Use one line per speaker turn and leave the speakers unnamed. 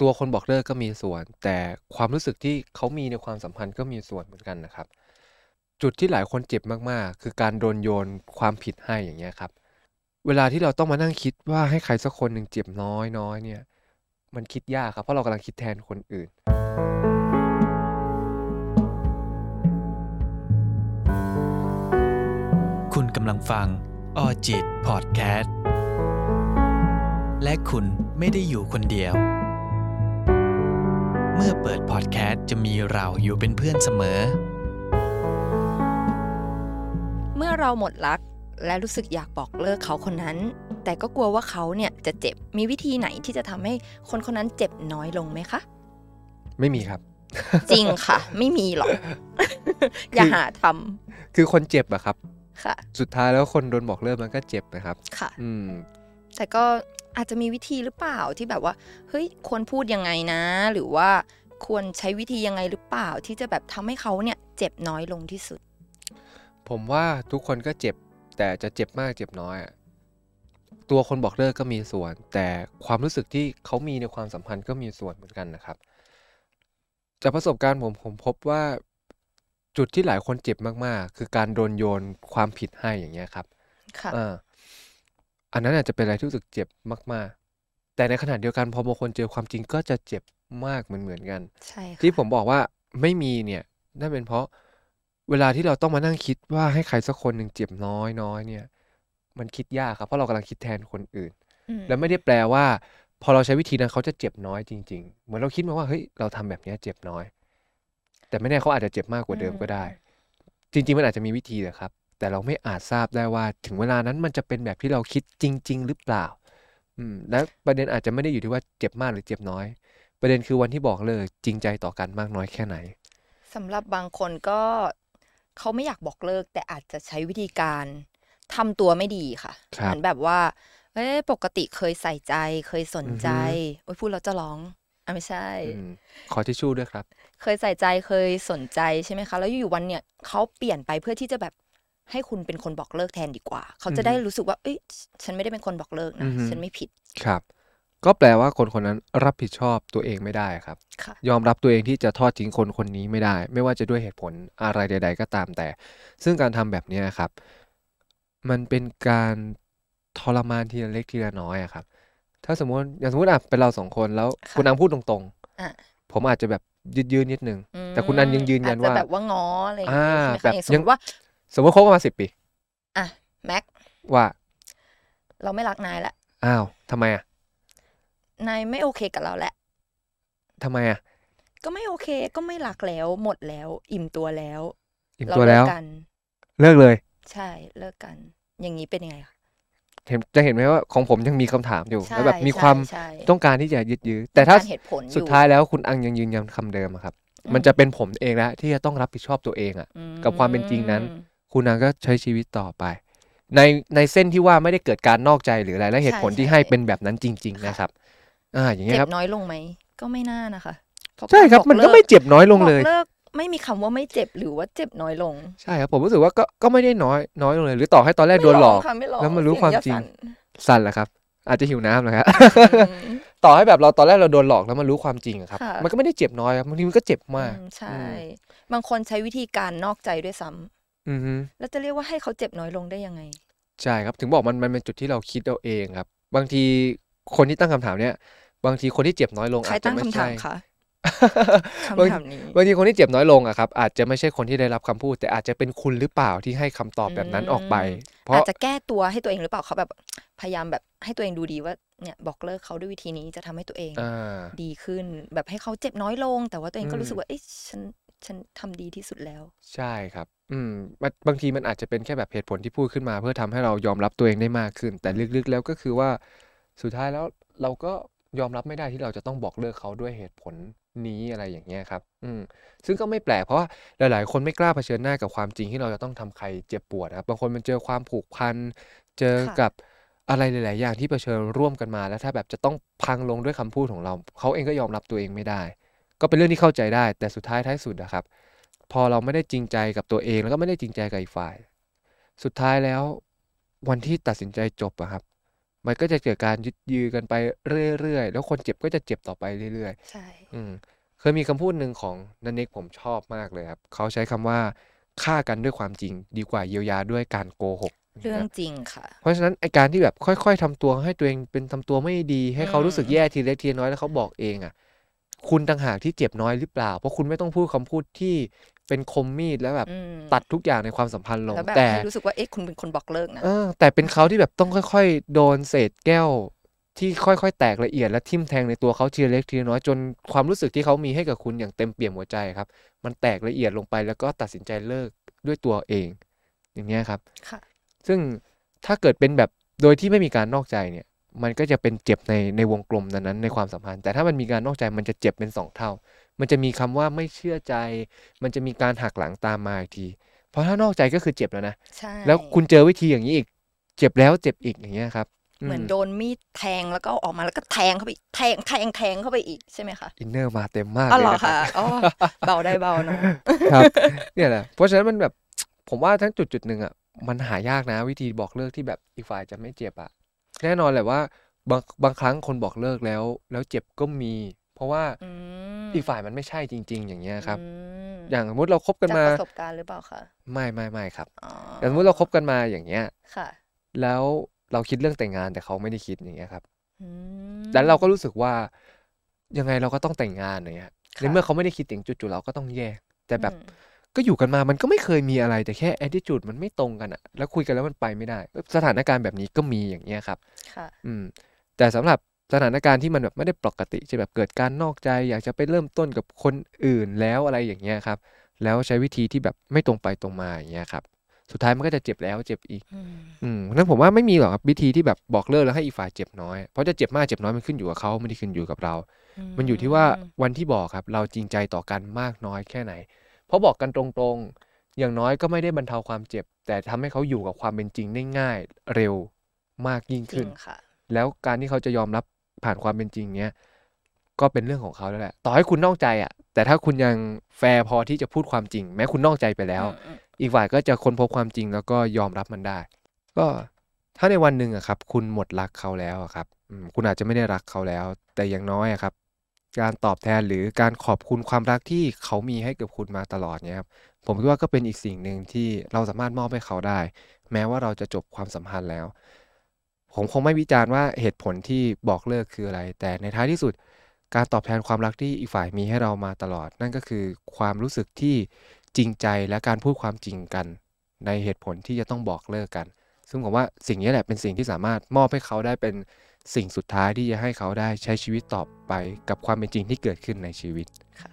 ตัวคนบอกเลิกก็มีส่วน แต่ความรู้สึกที่เขามีในความสัมพันธ์ก็มีส่วนเหมือนกันนะครับ จุดที่หลายคนเจ็บมาก ๆ คือการโดนโยนความผิดให้อย่างเงี้ยครับ เวลาที่เราต้องมานั่งคิดว่าให้ใครสักคนหนึ่งเจ็บน้อยน้อยเนี่ย มันคิดยากครับ เพราะเรากำลังคิดแทนคนอื่น
คุณกำลังฟังออจิตพอดแคสต์และคุณไม่ได้อยู่คนเดียว เมื่อเปิดพอดแคสต์จะมีเราอยู่เป็นเพื่อนเสมอ
เมื่อเราหมดรักและรู้สึกอยากบอกเลิกเขาคนนั้น แต่ก็กลัวว่าเขาเนี่ยจะเจ็บมีวิธีไหนที่จะทำให้คนคนนั้นเจ็บน้อยลงไหม คะ
ไม่มีครับ
จริงค่ะ ไม่มี หรอก อย่าหาทำ
คือคนเจ็บอะครับ
ค่ะ
สุดท้ายแล้วคนโดนบอกเลิกมันก็เจ็บนะครับ
ค่ะ
อืม
แต่ก็อาจจะมีวิธีหรือเปล่าที่แบบว่าเฮ้ยควรพูดยังไงนะ หรือว่าควรใช้วิธียังไงหรือเปล่า ที่จะแบบทำให้เขาเนี่ยเจ็บน้อยลงที่สุด
ผมว่าทุกคนก็เจ็บ แต่จะเจ็บมากเจ็บน้อยอะตัวคนบอกเลิกก็มีส่วน แต่ความรู้สึกที่เขามีในความสัมพันธ์ก็มีส่วนเหมือนกันนะครับ จากประสบการณ์ผมผมพบว่าจุดที่หลายคนเจ็บมากๆ คือการโดนโยนความผิดให้อย่างเงี้ยครับ
ค่ะ
อ่าอันนั้นอาจจะเป็นอะไรที่รู้สึกเจ็บมาก ๆ แต่ในขณะเดียวกันพอบางคนเจอความจริงก็จะเจ็บมากเหมือนเหมือนๆกัน
ใช่ค่ะ
ที่ผมบอกว่าไม่มีเนี่ยนั่นเป็นเพราะเวลาที่เราต้องมานั่งคิดว่าให้ใครสักคนหนึ่งเจ็บน้อยน้อยเนี่ย มันคิดยากครับเพราะเรากำลังคิดแทนคนอื่น
อืม
และไม่ได้แปลว่า พอเราใช้วิธีนั้นเขาจะเจ็บน้อยจริง ๆ เหมือนเราคิดมาว่าเฮ้ยเราทำแบบเนี้ยเจ็บน้อย แต่ไม่แน่เขาอาจจะเจ็บมากกว่าเดิมก็ได้ จริง ๆ มันอาจจะมีวิธีแหละครับ แต่เราไม่อาจทราบได้ว่าถึงเวลานั้นมันจะเป็นแบบที่เราคิดจริง ๆ หรือเปล่า อืม และประเด็นอาจจะไม่ได้อยู่ที่ว่าเจ็บมากหรือเจ็บน้อย ประเด็นคือวันที่บอกเลิกจริงใจต่อกันมากน้อยแค่ไหน
สำหรับบางคนก็เขาไม่อยากบอกเลิก แต่อาจจะใช้วิธีการทำตัวไม่ดีค่ะ
ครับ
เหมือนแบบว่าเอ้ยปกติเคยใส่ใจเคยสนใจ
อือฮึ
โอ้ยพูดแล้วจะร้องอ่ะไม่ใช่
อืมขอทิชชู่ด้วยครับ
เคยใส่ใจเคยสนใจใช่ไหมคะ แล้วอยู่ๆวันเนี่ยเขาเปลี่ยนไปเพื่อที่จะแบบให้คุณเป็นคนบอกเลิกแทนดีกว่า เขาจะได้รู้สึกว่าเอ้ยฉันไม่ได้เป็นคนบอกเลิก
อื
นะ
อฮึ
ฉันไม่ผิด
ครับ ก็แปลว่าคนคนนั้นรับผิดชอบตัวเองไม่ได้ครับ
ค่ะ
ยอมรับตัวเองที่จะทอดทิ้งคนคนนี้ไม่ได้ ไม่ว่าจะด้วยเหตุผลอะไรใด ๆ ก็ตามแต่ ซึ่งการทำแบบเนี้ยครับ มันเป็นการทรมานทีละเล็กทีละน้อยอะครับ ถ้าสมมติอย่างสมมติอ่ะเป็นเราสองคนแล้ว
ค่ะ
คุณอังพูดตรง
อ่ะ
ๆ ผมอาจจะแบบยืดยืนนิดนึง
อืม
แต่คุณอันยังยืนยันว่า
อจจะแบบว่าง้ออะไรอย่างเงี้ย
อ่า
ใช่ไหม
แบ
คะ
บ
อย่างสม
ยัง
มติว่า
สมมติคบกันมาสิบปี
อ่ะแม็ก
ว่า
เราไม่รักนายละ
อ้าวทำไมอ่ะ
นายไม่โอเคกับเราแหละ
ทำไมอ่ะ
ก็ไม่โอเคก็ไม่รักแล้วหมดแล้ว อิ่มตัวแล้ว
อิ่ม
เรา
ตัว
เลิ
แล้
ก
ว
กัน
เลิกเลย
ใช่เลิกกัน อย่างนี้เป็นยังไงคะ
เห็นจะเห็นไหมว่าของผมยังมีคำถามอยู่
ใช่
แล้วแบบมีความ
ใช่
ต้องการที่จะยืดยื้อแต่ถ้า
มีกรเหตุผลอ
สุดท้ายแล้วคุณอังยังยืนยันคำเดิมอะครับ
อื
มันจะเป็นผมเองแล้วที่จะต้องรับผิดชอบตัวเองอะ
อื
กับความเป็นจริงนั้น คุณอังก็ใช้ชีวิตต่อไป ในในเส้นที่ว่าไม่ได้เกิดการนอกใจหรืออะไรและเหตุผลที่ให้เป็นแบบนั้นจริง ๆ นะครับ อ่าอย่างเงี้
เจ็
ยครับ
บน้อยลงไหม ก็ไม่น่านะคะเพาะ
ใช่ครับ
า
มันก็ไม่เจ็บน้อยลงเลย
บอกเลิกไม่มีคำว่าไม่เจ็บหรือว่าเจ็บน้อยลง
ใช่ครับผมรู้สึกว่าก็ก็ไม่ได้น้อยน้อยลงเลย หรือต่อให้ตอนแรกโดนหลอก
ไม่ค่ะไ
แล้วมันรู้ความจริง สั่นแหละครับ อาจจะหิวน้ำแหละครับ
อืม
ต่อให้แบบเราตอนแรกเราโดนหลอกแล้วมันรู้ความจริงอะครับ
ค่ะ
มันก็ไม่ได้เจ็บน้อยครับบางทีมันก็เจ็บมาก
อืมใช่
อื
บางคนใช้วิธีการนอกใจด้วยซ้ำ
อือฮึ
แล้วจะเรียกว่าให้เขาเจ็บน้อยลงได้ยังไง
ใช่ครับ ถึงบอกมันมันเป็นจุดที่เราคิดเอาเองครับ บางทีคนที่ตั้งคำถามเนี่ย บางทีคนที่เจ็บน้อยลง
ใคร
อาจจะ
ตั้ง
ไม่
คำถา
ใช่
มคะ คำ
บาง
ถามนี้
บางทีคนที่เจ็บน้อยลงอะครับ อาจจะไม่ใช่คนที่ได้รับคำพูด แต่อาจจะเป็นคุณหรือเปล่าที่ให้คำตอบแบบนั้นออกไป
อืม
เพราะ
อาจจะแก้ตัวให้ตัวเองหรือเปล่าเขาแบบพยายามแบบให้ตัวเองดูดีว่าเนี่ยบอกเลิกเขาด้วยวิธีนี้จะทำให้ตัวเอง
อ่า
ดีขึ้น แบบให้เขาเจ็บน้อยลง แต่ว่าตัวเอง
อื
ก็
ม
รู้สึกว่าเอ้ยฉันฉันทำดีที่สุดแล้ว
ใช่ครับ อืมมันบางทีมันอาจจะเป็นแค่แบบเหตุผลที่พูดขึ้นมา เพื่อทำให้เรายอมรับตัวเองได้มากขึ้น แต่ลึกๆแล้วก็คือว่า สุดท้ายแล้วเราก็ยอมรับไม่ได้ที่เราจะต้องบอกเลิกเขาด้วยเหตุผลนี้อะไรอย่างเงี้ยครับ อืม ซึ่งก็ไม่แปลกเพราะว่าหลาย ๆ คนไม่กล้าเผชิญหน้ากับความจริงที่เราจะต้องทำใครเจ็บปวดนะครับบางคนมันเจอความผูกพัน เจอ
ค่ะ
กับอะไรหลาย ๆ อย่างที่เผชิญร่วมกันมา แล้วถ้าแบบจะต้องพังลงด้วยคำพูดของเรา เขาเองก็ยอมรับตัวเองไม่ได้ ก็เป็นเรื่องที่เข้าใจได้ แต่สุดท้ายท้ายสุดนะครับ พอเราไม่ได้จริงใจกับตัวเองแล้วก็ไม่ได้จริงใจกับอีกฝ่าย สุดท้ายแล้ว วันที่ตัดสินใจจบอะครับ มันก็จะเกิดการยึดยือกันไปเรื่อยๆ แล้วคนเจ็บก็จะเจ็บต่อไปเรื่อย
ใช่
ๆ อืมเคยมีคำพูดหนึ่งของนันเน็กผมชอบมากเลยครับ เขาใช้คำว่าฆ่ากันด้วยความจริง ดีกว่าเยียวยาด้วยการโกหกนะ
เรื่องจริงค่ะ
เพราะฉะนั้นไอการที่แบบค่อย ๆทำตัวให้ตัวเองเป็นทำตัวไม่ดี ให้เขารู้สึก
อืม
แย่ทีเล็กทีน้อยแล้วเขาบอกเองอ่ะ คุณต่างหากที่เจ็บน้อยหรือเปล่า เพราะคุณไม่ต้องพูดคำพูดที่เป็นคมมีดแล้วแบบ
อืม
ตัดทุกอย่างในความสัมพันธ์ลง
แล้วแบบให้รู้สึกว่าเอ๊ะคุณเป็นคนบอกเลิกนะ
เออแต่เป็นเขาที่แบบต้องค่อยๆ โดนเศษแก้ว ที่ค่อยๆ แตกละเอียดและทิ่มแทงในตัวเขาทีละเล็กทีละน้อยจนความรู้สึกที่เขามีให้กับคุณอย่างเต็มเปี่ยมหัวใจครับ มันแตกละเอียดลงไปแล้วก็ตัดสินใจเลิกด้วยตัวเอง อย่างเงี้ยครับ
ค่ะ
ซึ่งถ้าเกิดเป็นแบบโดยที่ไม่มีการนอกใจเนี่ย มันก็จะเป็นเจ็บในในวงกลมนั้นๆในความสัมพันธ์ แต่ถ้ามันมีการนอกใจมันจะเจ็บเป็นสองเท่า มันจะมีคำว่าไม่เชื่อใจ มันจะมีการหักหลังตามมาอีกที เพราะถ้านอกใจก็คือเจ็บแล้วนะ
ใช่
แล้วคุณเจอวิธีอย่างนี้อีก เจ็บแล้วเจ็บอีกอย่างเงี้ยครับ
เหมือนโดนมีดแทงแล้วก็เอาออกมาแล้วก็แทงเข้าไปอีกแทงแทงแทงเข้าไปอีกใช่ไหมคะ
อินเนอร์มาเต็มมาก
อ๋อ
เลย
เหรอ
นะครั
คะ
บ
อ๋อเบาได้เบา เนาะ
ครับ เนี่ยแหละเพราะฉะนั้นมันแบบ ผมว่าทั้งจุดจุดๆหนึ่งอ่ะมันหายากนะ วิธีบอกเลิกที่แบบอีกฝ่ายจะไม่เจ็บอ่ะแน่นอนแหละว่าบางบางครั้งคนบอกเลิกแล้ว แล้วเจ็บก็มี เพราะว่า
อืม
อีกฝ่ายมันไม่ใช่จริง ๆ อย่างเงี้ยครับ
ม
อย่างสมมติเราคบกัน
จาก
มา
ประสบการณ์หรือเปล่าคะ
ไม่ไม่ไม่ครับ
อ๋อ
อย่างสมมติเราคบกันมาอย่างเงี้ย
ค่ะ
แล้วเราคิดเรื่องแต่งงานแต่เขาไม่ได้คิดอย่างเงี้ยครับ
อืม
แล้วเราก็รู้สึกว่ายังไงเราก็ต้องแต่งงานอย่างเงี้ย
ค่ะ
ในเมื่อเขาไม่ได้คิดถึงจุดๆเราก็ต้องแยก แต่แบบ
อืม
ก็อยู่กันมามันก็ไม่เคยมีอะไรแต่แค่ attitude มันไม่ตรงกันอะแล้วคุยกันแล้วมันไปไม่ได้ สถานการณ์แบบนี้ก็มีอย่างเงี้ยครับ
ค่ะ
อืม แต่สำหรับสถานการณ์ที่มันแบบไม่ได้ปกติจะแบบเกิดการนอกใจ อยากจะไปเริ่มต้นกับคนอื่นแล้วอะไรอย่างเงี้ยครับ แล้วใช้วิธีที่แบบไม่ตรงไปตรงมาอย่างเงี้ยครับ สุดท้ายมันก็จะเจ็บแล้วเจ็บอีก
อืม
อืมนั้นผมว่าไม่มีหรอกครับวิธีที่แบบบอกเลิกแล้วให้อีกฝ่ายเจ็บน้อยเพราะจะเจ็บมากเจ็บน้อยมันขึ้นอยู่กับเขาไม่ได้ขึ้นอยู่กับเรา มันอยู่ที่ว่าวันที่บอกครับ เราจริงใจต่อกันมากน้อยแค่ไหน เพราะบอกกันตรงๆ อย่างน้อยก็ไม่ได้บรรเทาความเจ็บ แต่ทำให้เขาอยู่กับความเป็นจริงได้ง่ายเร็วมากยิ่ง
จริ
ขึ้น
งค่ะ
แล้วการที่เขาจะยอมรับผ่านความเป็นจริงเนี้ยก็เป็นเรื่องของเขาแล้วแหละต่อให้คุณนอกใจอ่ะ แต่ถ้าคุณยังแฟร์พอที่จะพูดความจริง แม้คุณนอกใจไปแล้ว
อืม
อีกฝ่ายก็จะค้นพบความจริงแล้วก็ยอมรับมันได้ ก็ถ้าในวันหนึ่งอะครับ คุณหมดรักเขาแล้วอะครับอืมคุณอาจจะไม่ได้รักเขาแล้ว แต่อย่างน้อยอะครับ การตอบแทนหรือการขอบคุณความรักที่เขามีให้กับคุณมาตลอดเนี่ยครับผมคิดว่าก็เป็นอีกสิ่งหนึ่งที่เราสามารถมอบให้เขาได้ แม้ว่าเราจะจบความสัมพันธ์แล้ว ผมคงไม่วิจารณ์ว่าเหตุผลที่บอกเลิกคืออะไร แต่ในท้ายที่สุด การตอบแทนความรักที่อีกฝ่ายมีให้เรามาตลอด นั่นก็คือความรู้สึกที่จริงใจและการพูดความจริงกัน ในเหตุผลที่จะต้องบอกเลิกกัน ซึ่งผมว่าสิ่งนี้แหละเป็นสิ่งที่สามารถมอบให้เขาได้เป็นสิ่งสุดท้ายที่จะให้เขาได้ใช้ชีวิตต่อไปกับความเป็นจริงที่เกิดขึ้นในชีวิต
ค่ะ